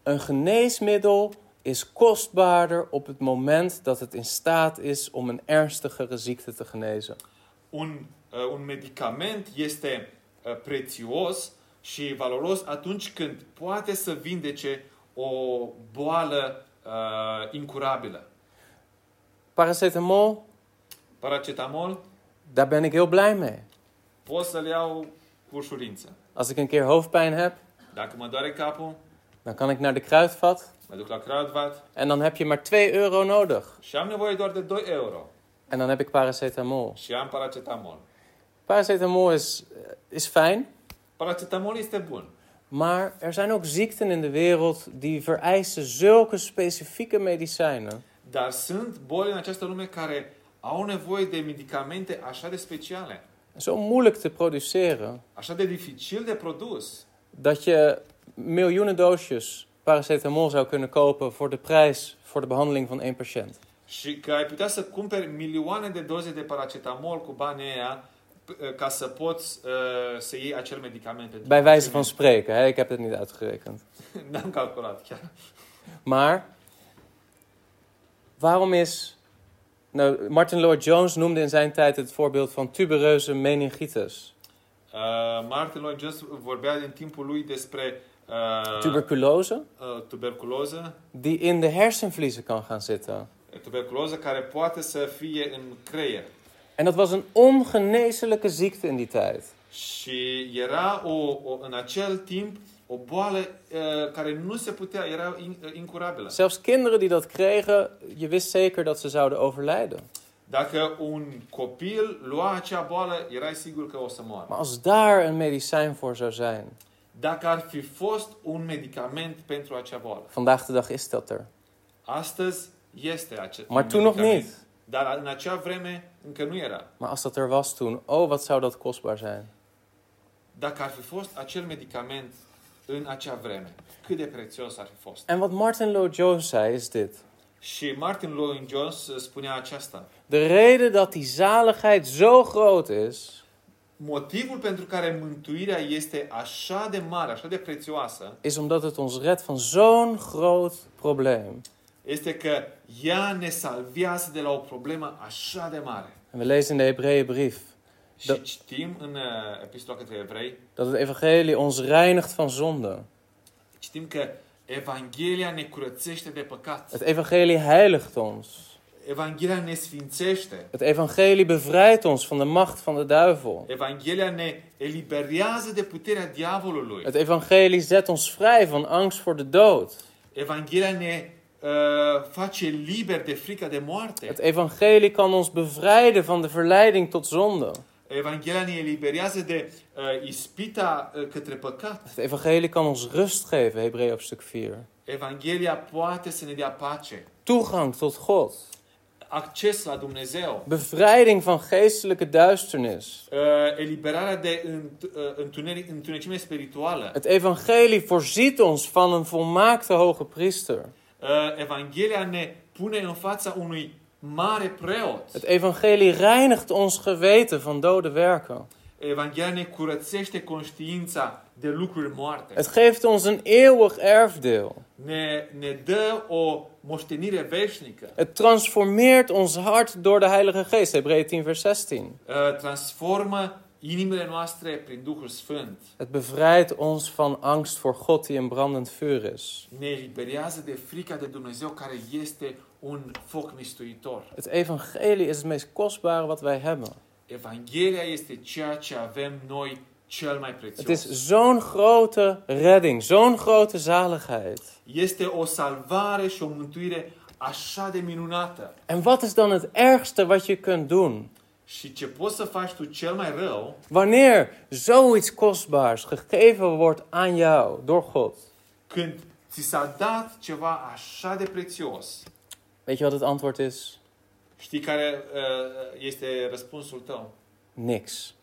Een geneesmiddel is kostbaarder op het moment dat het in staat is om een ernstigere ziekte te genezen. Un, uh, un medicament este uh, prețios și valoros atunci când poate să vindece o boală uh, incurabilă. Paracetamol, Paracetamol daar ben ik heel blij mee. pot să-l iau cu ușurință. Als ik een keer hoofdpijn heb, Dacă mă doare capul, dan kan ik naar de kruidvat mă duc la Kruidvat en dan heb je maar 2 euro nodig. și am nevoie doar de 2 euro En dan heb ik paracetamol. și am paracetamol. Paracetamol is, eh, is fijn, Paracetamol este bun, maar er zijn ook ziekten in de wereld die vereisen zulke specifieke medicijnen. dar sunt boli în această lume care au nevoie de medicamente așa de speciale, zo moeilijk te produceren așa de dificil de produs, dat je miljoenen doosjes paracetamol zou kunnen kopen voor de prijs voor de behandeling van één patiënt. și că ai putea să cumperi milioane de doze de paracetamol cu banii aia p- ca să poți uh, să iei acel medicament. pentru Bij wijze van pacient. spreken, hè? ik heb het niet uitgerekend. N-am calculat chiar. Maar waarom is. Nou, Martin Lloyd Jones noemde in zijn tijd het voorbeeld van tubereuze meningitis. Uh, Martin Lloyd Jones vorbea in timpul lui despre uh, Tuberculose, uh, tuberculoză, die in de hersenvliezen kan gaan zitten. tuberculoză care poate să fie în creier. En dat was een ongeneeslijke ziekte in die tijd. Și era o, o, în acel timp o boală uh, care nu se putea, era in, uh, incurabilă. Zelfs kinderen die dat kregen, je wist zeker dat ze zouden overlijden. Dacă un copil lua acea boală, erai sigur că o să moară. Maar als daar een medicijn voor zou zijn, Dacă ar fi fost un medicament pentru acea boală. vandaag de dag is dat er. Astăzi este acest Maar toen nog niet. Dar în acea vreme încă nu era. Maar als dat er was toen, oh wat zou dat kostbaar zijn. Dacă ar fi fost acel medicament în acea vreme, cât de prețios ar fi fost. En wat Martin Lloyd Jones zei is dit. Și Martin Lloyd Jones uh, spunea aceasta. De reden dat die zaligheid zo groot is, Motivul pentru care mântuirea este așa de mare, așa de prețioasă, is omdat het ons redt van zo'n groot probleem. este că ea ne salvează de la o problemă așa de mare. En we lezen in de Hebreeënbrief Și Da- citim în uh, epistola către evrei, dat het evangelie ons reinigt van zonde. citim că Evanghelia ne curățește de păcat. Het evangelie heiligt ons. Evanghelia ne sfințește. Het evangelie bevrijdt ons van de macht van de duivel. Evanghelia ne eliberează de puterea diavolului. Het evangelie zet ons vrij van angst voor de dood. Evanghelia ne uh, face liber de frica de moarte. Het evangelie kan ons bevrijden van de verleiding tot zonde. Evanghelia ne eliberează de uh, ispita uh, către păcat. Het evangelie kan ons rust geven, Hebreeën hoofdstuk 4. Evanghelia poate să ne dea pace, Toegang tot God. acces la Dumnezeu, Bevrijding van geestelijke duisternis. uh, eliberarea de înt- uh, întuneric, întunecime spirituală. Het evangelie voorziet ons van een volmaakte hoge priester. Uh, Evanghelia ne pune în fața unui mare preot. Het evangelie reinigt ons geweten van dode werken. Evanghelia ne curățește conștiința de lucruri moarte. Het geeft ons een eeuwig erfdeel. Ne, ne dă o moștenire veșnică. Het transformeert ons hart door de Heilige Geest. Hebreeën 10, vers 16. Uh, Transformă inimile noastre prin Duhul Sfânt. Het bevrijdt ons van angst voor God die een brandend vuur is. Ne eliberează de frica de Dumnezeu care este un foc mistuitor. Het evangelie is het meest kostbare wat wij hebben. Evanghelia este ceea ce avem noi cel mai Het prețios. is zo'n grote redding, zo'n grote zaligheid. Este o salvare și o mântuire așa de minunată. En wat is dan het ergste wat je kunt doen? Și ce poți să faci tu cel mai rău Wanneer zoiets kostbaars gegeven wordt aan jou door God. când ți s-a dat ceva așa de prețios? Weet je wat het antwoord is? Știi care uh, este răspunsul tău? Niks.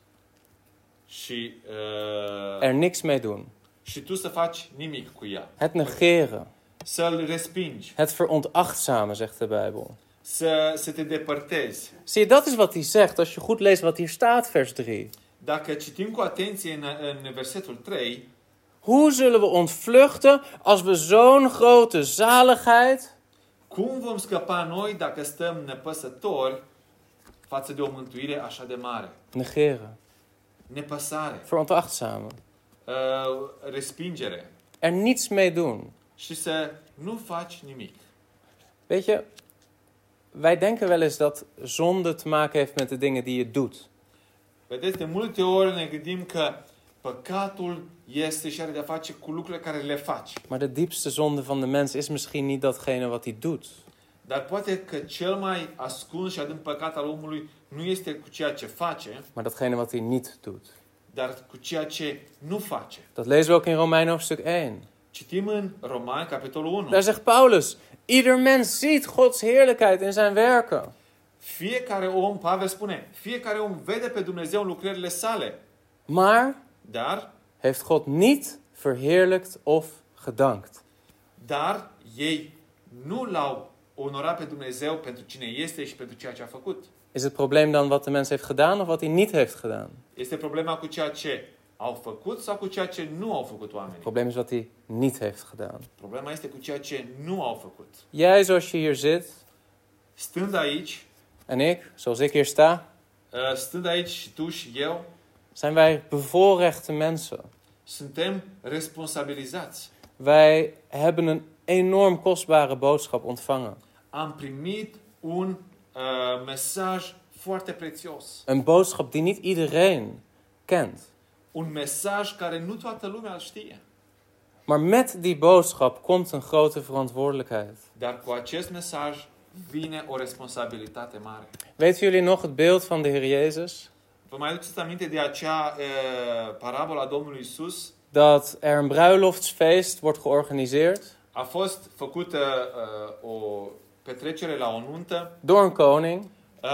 Și, uh, Er niks mee doen. și tu să faci nimic cu ea. Het negeren. Să-l respingi, Het veronachtzamen, zegt de Bijbel. să, să te depărtezi. Zie je, dat is wat hij zegt als je goed leest wat hier staat, vers 3. Dacă citim cu atenție în, în versetul 3, Hoe zullen we ontvluchten als we zo'n grote zaligheid, cum vom scăpa noi dacă stăm nepăsători față de o mântuire așa de mare? negeren, Nepăsare, veronachtzamen, uh, respingere er niets mee doen? și să nu faci nimic. Weet je, wij denken wel eens dat zonde te maken heeft met de dingen die je doet. Vedeți, de multe ori ne gândim că păcatul este și are de-a face cu lucrurile care le faci. Maar de diepste zonde van de mens is misschien niet datgene wat hij doet, Dar poate că cel mai ascuns și adânc păcat al omului nu este cu ceea ce face, maar datgene wat hij niet doet. dar cu ceea ce nu face. Dat lezen we ook in Romeinen hoofdstuk 1. Citim în Roman, capitolul 1. Daar zegt Paulus: Ieder mens ziet Gods heerlijkheid in zijn werken. Fiecare om, Pavel spune, fiecare om vede pe Dumnezeu în lucrările sale, Maar dar, heeft God niet verheerlijkt of gedankt. dar ei nu l-au onorat pe Dumnezeu pentru cine este și pentru ceea ce a făcut. Is het probleem dan wat de mens heeft gedaan of wat hij niet heeft gedaan? Este problema cu ceea ce au făcut sau cu ceea ce nu au făcut Het oamenii? probleem is wat hij niet heeft gedaan. Problema este cu ceea ce nu au făcut. Jij zoals je hier zit Stând aici, en ik zoals ik hier sta, uh, stând aici și tu și eu, zijn wij bevoorrechte mensen. suntem responsabilizați. Wij hebben een enorm kostbare boodschap ontvangen. Am primit un uh, mesaj foarte prețios. Een boodschap die niet iedereen kent. Un mesaj care nu toată lumea îl știe. Maar met die boodschap komt een grote verantwoordelijkheid. Dar cu acest mesaj vine o responsabilitate mare. Weten jullie nog het beeld van de Heer Jezus? Vă mai aduceți aminte de acea uh, parabola Domnului Isus? Dat er een bruiloftsfeest wordt georganiseerd A fost făcută uh, o petrecere la o nuntă door een koning uh,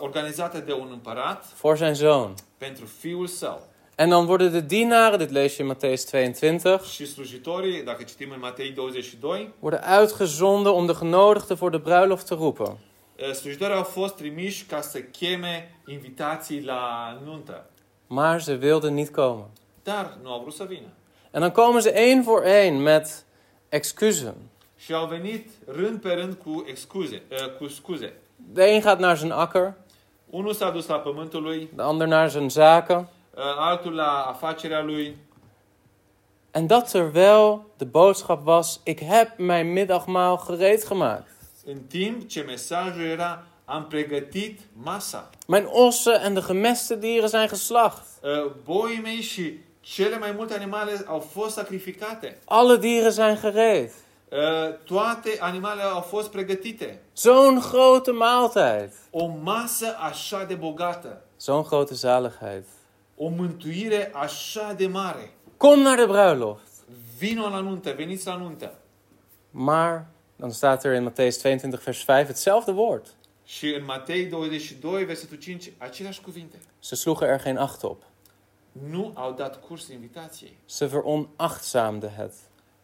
organizată de un împărat voor zijn zoon. pentru fiul său. En dan worden de dienaren, dit lees je in Matthäus 22, Și slujitorii, dacă citim în Matei 22, worden uitgezonden om de genodigden voor de bruiloft te roepen. uh, slujitorii au fost trimiși ca să cheme invitații la nuntă. Maar ze wilden niet komen. Dar nu au vrut să vină. En dan komen ze één voor één met excuses. Și au venit rând pe rând cu excuze, uh, cu scuze. De een gaat naar zijn akker, Unul s-a dus la pământul lui, uh, de ander naar zijn zaken. altul la afacerea lui, En dat terwijl de boodschap was: Ik heb mijn middagmaal gereed gemaakt. în timp ce mesajul era am pregătit masa. Mijn ossen en de gemeste dieren zijn geslacht. Uh, boii mei și cele mai multe animale au fost sacrificate. Alle dieren zijn gereed. Uh, Toate animalele au fost pregătite. Zo'n grote maaltijd. O masă așa de bogată. Zo'n grote zaligheid. O mântuire așa de mare. Kom naar de bruiloft. Vino la nuntă, veniți la nuntă. Maar dan staat er in Matthäus 22, vers 5 hetzelfde woord. Și în Matei 22, versetul 5, aceleași cuvinte. Ze sloegen er geen acht op. Nu au dat curs invitației. Ze veronachtzaamden het.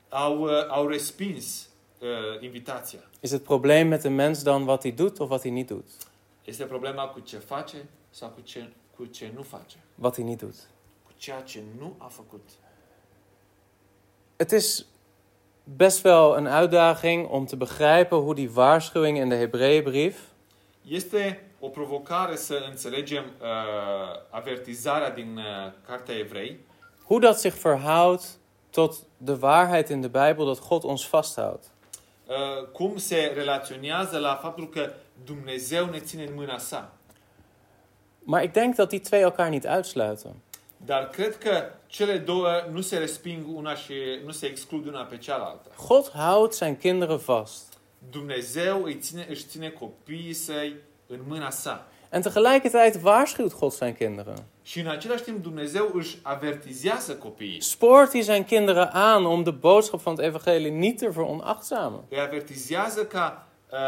Au, uh, au respins uh, invitația. Is het probleem met de mens dan wat hij doet of wat hij niet doet? Este problema cu ce face sau cu ce, cu ce nu face. Wat hij niet doet. Cu ceea ce nu a făcut. het is best wel een uitdaging om te begrijpen hoe die waarschuwingen in de Hebreeënbrief Este o provocare să înțelegem uh, avertizarea din uh, Cartea Evrei, hoe dat zich verhoudt tot de waarheid in de Bijbel dat God ons vasthoudt. uh, cum se relaționează la faptul că Dumnezeu ne ține în mâna sa. Maar ik denk dat die twee elkaar niet uitsluiten. Dar cred că cele două nu se resping una și nu se exclud una pe cealaltă. God houdt zijn kinderen vast. Dumnezeu îi ține, își ține copiii săi în mâna sa. En tegelijkertijd waarschuwt God zijn kinderen. Și în același timp Dumnezeu își avertizează copiii. Spoort hij zijn kinderen aan om de boodschap van het evangelie niet te veronachtzamen. Îi avertizează ca uh,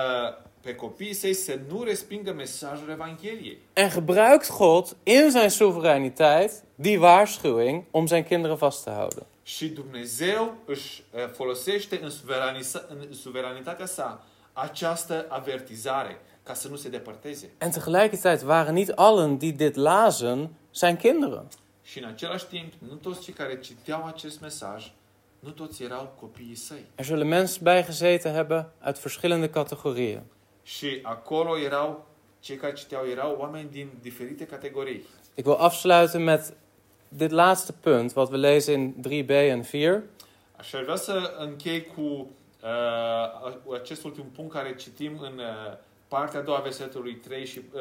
pe copiii săi să nu respingă mesajul Evangheliei. En gebruikt God in zijn soevereiniteit die waarschuwing om zijn kinderen vast te houden. Și Dumnezeu își uh, folosește în, suverani- în suveranitatea sa această avertizare ca să nu se depărteze. En tegelijkertijd waren niet allen die dit lazen zijn kinderen. Și în același timp, nu toți cei care citeau acest mesaj, nu toți erau copiii săi. Er zullen mensen bij gezeten hebben uit verschillende categorieën. Și acolo erau, cei care citeau erau oameni din diferite categorii. Ik wil afsluiten met dit laatste punt wat we lezen in 3b en 4. Aș vrea să închei cu uh, acest ultim punct care citim în uh, partea a doua a versetului 3 și uh,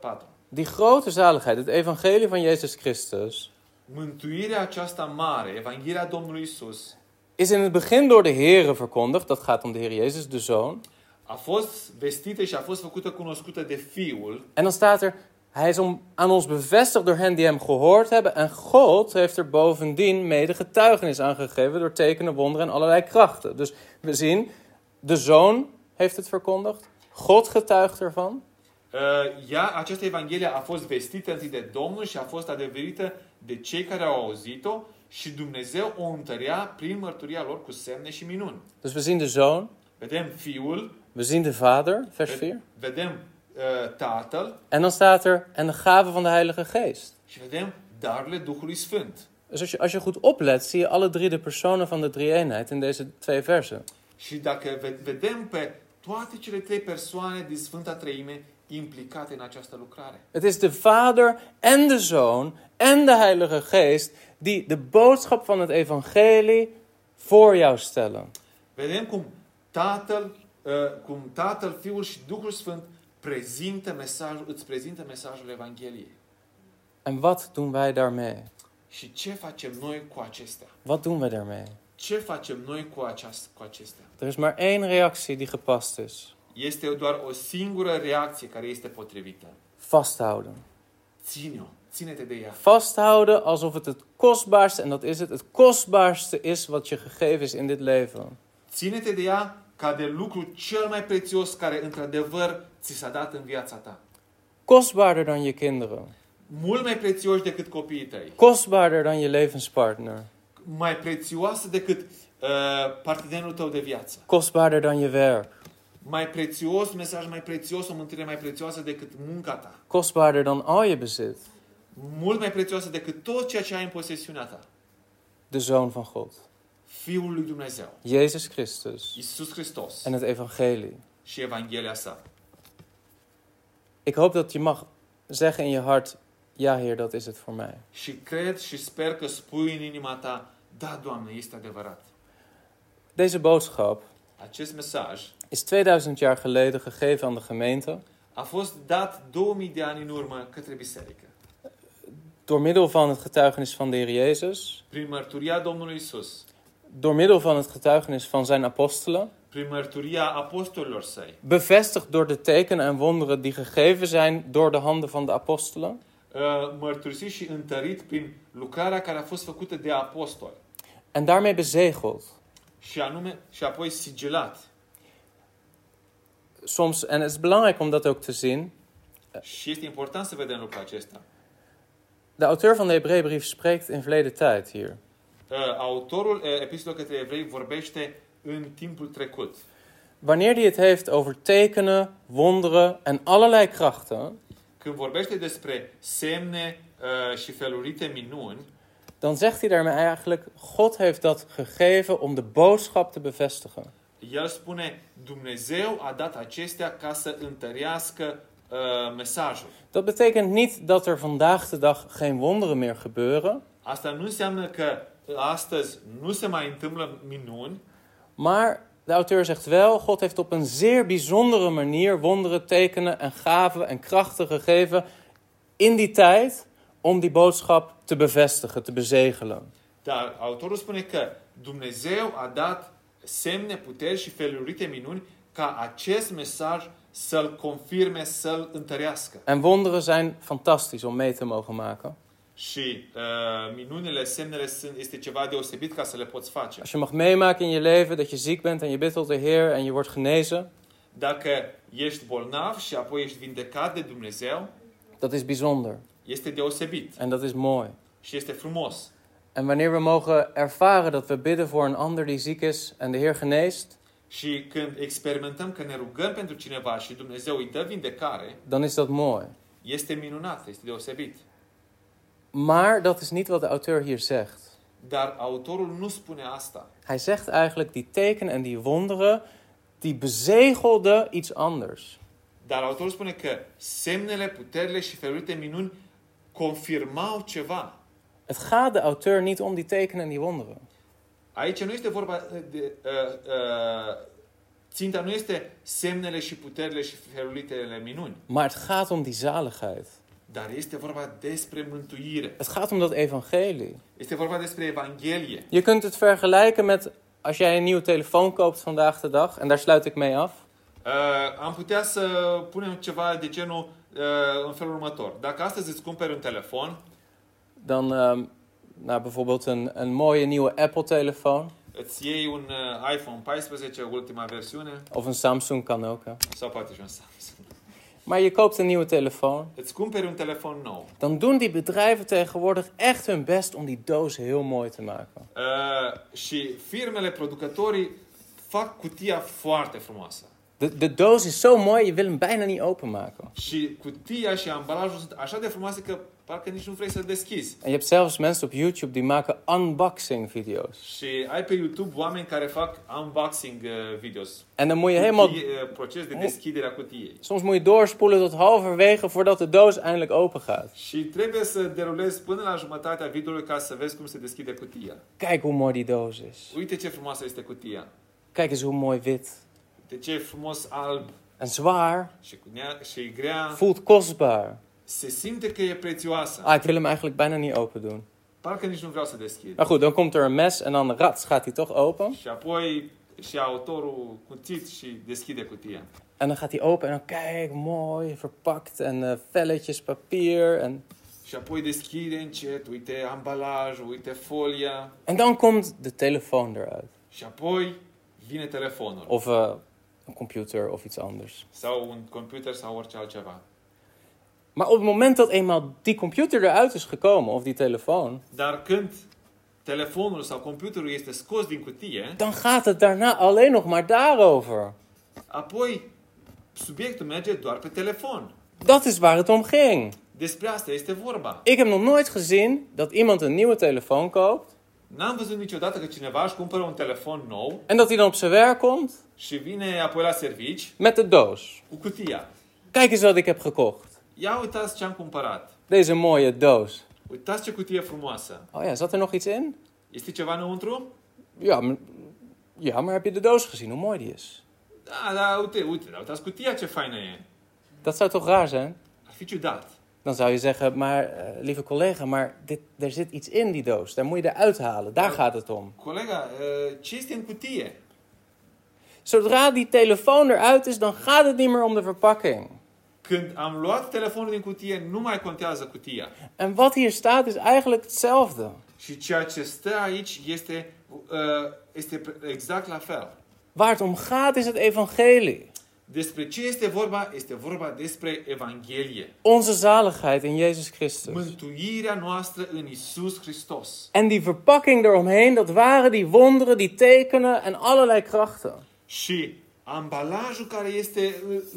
4. Die grote zaligheid, het evangelie van Jezus Christus, Mântuirea aceasta mare, Evanghelia Domnului Isus, is in het begin door de Here verkondigd. Dat gaat om de Heer Jezus, de Zoon. a fost vestită și a fost făcută cunoscută de Fiul En dan staat er, hij is om, aan ons bevestigd door hen die hem gehoord hebben. En God heeft er bovendien mede getuigenis aan gegeven door tekenen, wonderen en allerlei krachten. Dus we zien, de Zoon heeft het verkondigd. God getuigt ervan. Uh, Ea, această Evanghelie a fost vestită întâi de Domnul și a fost adeverită de cei care au auzit-o și Dumnezeu o întărea prin mărturia lor cu semne și minuni. Dus we zien de Zoon, Vedem Fiul, we zien de Vader, vers ve- 4. vedem uh, Tatăl En dan staat er, en de gave van de Heilige Geest. și vedem darurile Duhului Sfânt. Dus als je, als je goed oplet, zie je alle drie de personen van de drie-eenheid in deze twee versen. Și dacă ve- vedem pe toate cele trei persoane din Sfânta Treime implicate în această lucrare. Het is de Vader en de Zoon en de Heilige Geest die de boodschap van het Evangelie voor jou stellen. Vedem cum Tatăl, uh, cum Tatăl, Fiul și Duhul Sfânt prezintă mesajul, îți prezintă mesajul Evangheliei. En wat doen wij daarmee? Și ce facem noi cu acestea? Wat doen we daarmee? Ce facem noi cu, aceast, cu acestea? Er is maar één reactie die gepast is: Este doar o singură reacție care este potrivită. vasthouden. Ține-o, ține-te de ea. Vasthouden alsof het het kostbaarste, en dat is het, het kostbaarste is wat je gegeven is in dit leven. Ține-te de ea ca de lucru cel mai prețios care într-adevăr ți s-a dat în viața ta. Kostbaarder dan je kinderen. Mult mai prețioși decât copiii tăi. Kostbaarder dan je levenspartner. Mai prețioasă decât uh, partenerul tău de viață. Kostbaarder dan je werk. Mai prețios, un mesaj mai prețios, o mântuire mai prețioasă decât munca ta. Kostbaarder dan al je bezit. Mult mai prețioasă decât tot ceea ce ai în posesiunea ta. De Zoon van God. Fiul lui Dumnezeu. Jezus Christus Iisus Hristos en het Evangelie. și Evanghelia sa. Ik hoop dat je mag zeggen in je hart: Ja, Heer, dat is het voor mij. Și cred și sper că spui în inima ta, da, Doamne, este adevărat. Deze boodschap Acest mesaj is 2000 jaar geleden gegeven aan de gemeente a fost dat 2000 de ani în urmă către biserică. door middel van het getuigenis van de Heer Jezus, Prin mărturia Domnului Isus, door middel van het getuigenis van zijn apostelen, prin mărturia apostolilor săi, bevestigd door de tekenen en wonderen die gegeven zijn door de handen van de apostelen. uh, mărturisit și întărit prin lucrarea care a fost făcută de apostoli. En daarmee bezegeld. Și anume, și apoi sigilat. Soms, en het is belangrijk om dat ook te zien, Și este important să vedem lucrul acesta. de auteur van de Hebreeënbrief spreekt in verleden tijd hier. Uh, Autorul uh, epistolei către evrei vorbește în timpul trecut. Wanneer hij het heeft over tekenen, wonderen en allerlei krachten, Când vorbește despre semne uh, și felurite minuni, dan dan zegt hij daarmee eigenlijk: God heeft dat gegeven om de boodschap te bevestigen. El spune, Dumnezeu a dat acestea ca să întărească uh, mesajul. Dat betekent niet dat er vandaag de dag geen wonderen meer gebeuren, Asta nu înseamnă că astăzi nu se mai întâmplă minuni, maar de auteur zegt wel: God heeft op een zeer bijzondere manier wonderen, tekenen en gaven en krachten gegeven in die tijd om die boodschap te bevestigen, te bezegelen. dar autorul spune că Dumnezeu a dat semne, puteri și felurite minuni ca acest mesaj să-l confirme, să-l întărească. En wonderen zijn fantastisch om mee te mogen maken. Și uh, minunile, semnele sunt, este ceva deosebit ca să le poți face. Als je mag meemaken in je leven dat je ziek bent en je bidt tot de Heer en je wordt genezen, Dacă ești bolnav și apoi ești vindecat de Dumnezeu, dat is bijzonder este deosebit en dat is mooi. și este frumos. En wanneer we mogen ervaren dat we bidden voor een ander die ziek is en de Heer geneest, Și când experimentăm că ne rugăm pentru cineva și Dumnezeu îi dă vindecare, dan is dat mooi. este minunat, este deosebit. Maar dat is niet wat de auteur hier zegt. Dar autorul nu spune asta. Hij zegt eigenlijk die tekenen en die wonderen, die bezegelden iets anders. Dar autorul spune că semnele, puterile și felurite minuni confirmau ceva. Het gaat de auteur niet om die tekenen en die wonderen. Aici nu este vorba de... Uh, uh, ținta nu este semnele și puterile și felulitele minuni, Maar het gaat om die zaligheid. dar este vorba despre mântuire. Het gaat om dat evangelie. Este vorba despre Evanghelie. Je kunt het vergelijken met als jij een nieuwe telefoon koopt vandaag de dag, en daar sluit ik mee af. Uh, am putea să punem ceva de genul uh, în felul următor. Dacă astăzi îți cumperi un telefon, Dan ehm, nou, bijvoorbeeld een, een mooie nieuwe Apple-telefoon. îți iei un uh, iPhone 14, ultima versiune, Of een Samsung kan ook. Hè. sau poate și un Samsung, Maar je koopt een nieuwe telefoon. îți cumperi un telefon nou. Dan doen die bedrijven tegenwoordig echt hun best om die doos heel mooi te maken. Uh, și firmele, producătorii fac cutia foarte frumoasă. De, de doos is zo mooi, je wil hem bijna niet openmaken. Și cutia și ambalajul sunt așa de frumoase că parcă nici nu vrei să deschizi. En je hebt zelfs mensen op YouTube die maken unboxing video's. Și ai pe YouTube oameni care fac unboxing uh, videos. En dan moet je helemaal... Cutii, uh, proces de deschidere a cutiei. Soms moet je doorspoelen tot halverwege voordat de doos eindelijk open gaat. Și trebuie să derulezi până la jumătatea videoului ca să vezi cum se deschide cutia. Kijk hoe mooi die doos is. Uite ce frumoasă este cutia. Kijk eens hoe mooi wit. Uite ce e frumos alb En zwaar. și, cu nea- și e grea. Voelt kostbaar. Se simte că e prețioasă. Ah, ik wil hem eigenlijk bijna niet open doen. Parcă nici nu vreau să deschid. Maar goed, dan komt er een mes en dan rats gaat hij toch open. Și apoi și autorul cuțit și deschide cutia. En dan gaat hij open en dan kijk, mooi verpakt en eh, velletjes papier. En, Și apoi deschide încet, uite ambalajul, uite folia. en dan komt de telefoon eruit. Și apoi vine telefonul. Of eh, een computer of iets anders. Sau un computer sau orice altceva. Maar op het moment dat eenmaal die computer eruit is gekomen, of die telefoon, Dar când telefonul sau computerul este scos din cutie, dan gaat het daarna alleen nog maar daarover. Apoi, subiectul merge doar pe telefon. Dat is waar het om ging. Despre asta este vorba. Ik heb nog nooit gezien dat iemand een nieuwe telefoon koopt N-am văzut niciodată că cineva își cumpără un telefon nou en dat hij dan op zijn werk komt și vine apoi la servici met de doos. cu cutia. Kijk eens wat ik heb gekocht. Ia uitați ce am cumpărat. Deze mooie doos. Uitați ce cutie frumoasă. Oh ja, zat er nog iets in? Este ceva înăuntru? Ja, m- ja maar heb je de doos gezien? Hoe mooi die is. Da, da, uite, uite, da, uitați cutia ce faină e. Dat zou toch raar zijn? Ar fi ciudat. Dan zou je zeggen, maar eh, lieve collega, maar dit, er zit iets in die doos. Daar moet je eruit halen. Daar gaat het om. Colega, eh, ce este în cutie? Zodra die telefoon eruit is, dan gaat het niet meer om de verpakking. Când am luat telefonul din cutie, nu mai contează cutia. En wat hier staat is eigenlijk hetzelfde. Și ceea ce stă aici este, eh, este exact la fel. Waar het om gaat is het evangelie. Despre ce este vorba? Este vorba despre Evanghelie. Onze zaligheid in Jezus Christus. Mântuirea noastră în Isus Hristos. En die verpakking eromheen, dat waren die wonderen, die tekenen en allerlei krachten. Și ambalajul care este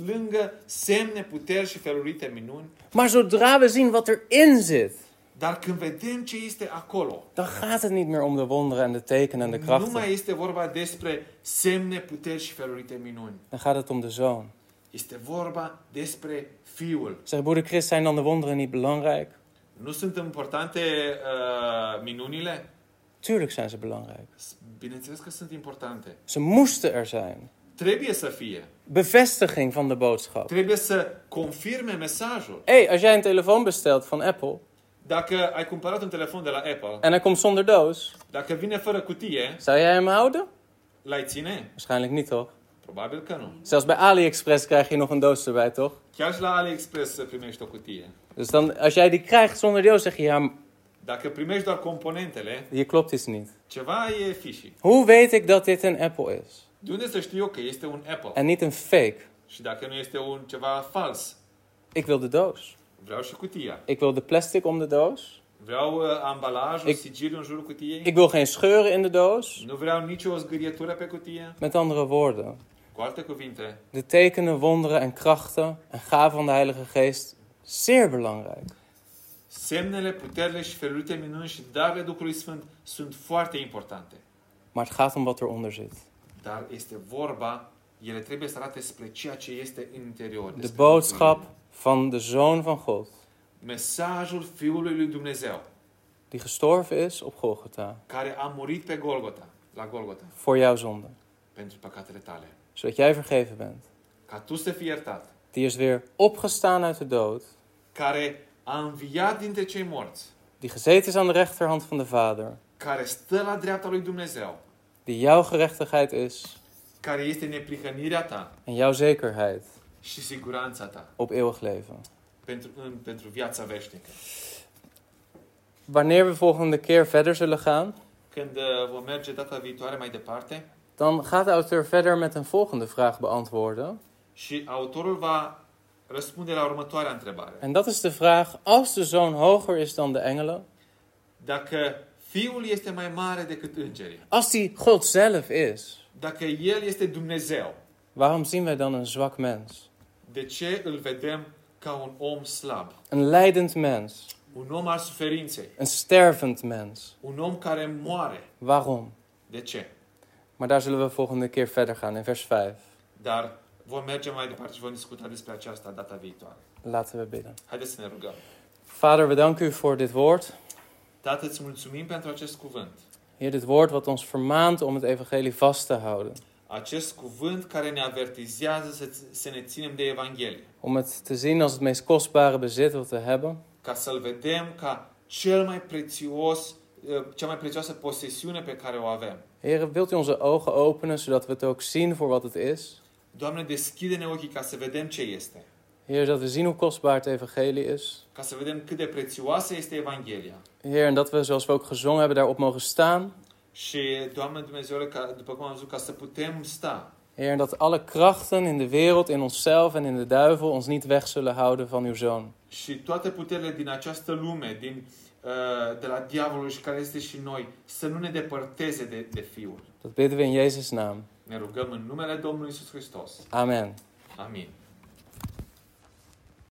lângă semne, puteri și felurite minuni. Maar zodra we zien wat erin zit, Dar când vedem ce este acolo, dan gaat het niet meer om de wonderen en de tekenen en de nu krachten. mai este vorba despre semne, puteri și felurite minuni. Dan gaat het om de zoon. Este vorba despre Fiul. Zegt broeder Chris, zijn dan de wonderen niet belangrijk? Nu sunt importante uh, minunile? Tuurlijk zijn ze belangrijk. S- Bineînțeles că sunt importante. Ze moesten er zijn. Trebuie să fie. Bevestiging van de boodschap. Trebuie să confirme mesajul. Hé, hey, als jij een telefoon bestelt van Apple Dacă ai cumpărat un telefon de la Apple, en hij komt zonder doos, dacă vine fără cutie, zou jij hem houden? l-ai ține? Waarschijnlijk niet, toch? Probabil că nu. Zelfs bij AliExpress krijg je nog een doos erbij, toch? Chiar și la AliExpress să primești o cutie. Dus dan, als jij die krijgt zonder doos, zeg je, ja, m- Dacă primești doar componentele, hier klopt iets niet. ceva e fishy. Hoe weet ik dat dit een Apple is? De unde să știu eu că este un Apple? En niet een fake. Și dacă nu este un ceva fals, Ik wil de doos. vreau și cutia. Ik wil de plastic om de doos. Vreau uh, ambalajul, Ec- sigiliul în jurul cutiei. Ik wil geen scheuren in de doos. Nu vreau nicio zgârietură pe cutie. Met andere woorden, Cu alte cuvinte, de tekenen, wonderen en krachten en gaven van de Heilige Geest zeer belangrijk. semnele, puterile și felurite minuni și darurile Duhului Sfânt sunt foarte importante. Maar het gaat om wat eronder zit. Dar este vorba, ele trebuie să arate spre ceea ce este în interior. De despre boodschap mântuire. van de Zoon van God, Mesajul Fiului lui Dumnezeu, die gestorven is op Golgotha care a murit pe Golgota, la Golgota, voor jouw zonde, pentru păcatele tale. zodat jij vergeven bent. Ca tu să fii iertat, Die is weer opgestaan uit de dood, care a înviat dintre cei morți, die gezeten is aan de rechterhand van de Vader, care stă la dreapta lui Dumnezeu, die jouw gerechtigheid is care este neprihănirea ta en jouw zekerheid și siguranța ta op eeuwig leven. pentru, în, pentru viața veșnică. Wanneer we volgende keer verder zullen gaan, Când uh, vom merge data viitoare mai departe dan gaat de auteur verder met een volgende vraag beantwoorden. și autorul va răspunde la următoarea întrebare. En dat is de vraag: als de zoon hoger is dan de engelen, Dacă Fiul este mai mare decât îngerii, als die God zelf is, dacă El este Dumnezeu, waarom zien wij dan een zwak mens? de ce îl vedem ca un om slab, Een lijdend mens, un om al suferinței, een stervend mens. un om care moare? Waarom? De ce? Maar daar zullen we volgende keer verder gaan in vers 5. Dar vom merge mai departe și vom discuta despre aceasta data viitoare. Laten we bidden. Haideți să ne rugăm. Vader, we danken u voor dit woord. Tată, îți mulțumim pentru acest cuvânt. Heer, dit woord wat ons vermaant om het evangelie vast te houden. Acest cuvânt care ne avertizează să, să ne ținem de Evanghelie. Om het te zien als het meest kostbare bezit wat we hebben. Ca să-l vedem ca cel mai prețios, eh, cea mai prețioasă posesiune pe care o avem. Heer, wilt u onze ogen openen zodat we het ook zien voor wat het is? Doamne, deschide-ne ochii ca să vedem ce este. Heer, dat we zien hoe kostbaar het evangelie is. Ca să vedem cât de prețioasă este Evanghelia. Heer, en dat we, zoals we ook gezongen hebben, daarop mogen staan. Și, Doamne Dumnezeule, ca, după cum am zis, ca să putem sta. Heer, en dat alle krachten in de wereld, in onszelf en in de duivel ons niet weg zullen houden van uw zoon. Și toate puterile din această lume, din, eh, de la diavolul și care este și noi, să nu ne depărteze de, de Fiul. Dat bidden we in Jezus' naam. Ne rugăm în numele Domnului Isus Hristos. Amen. Amin.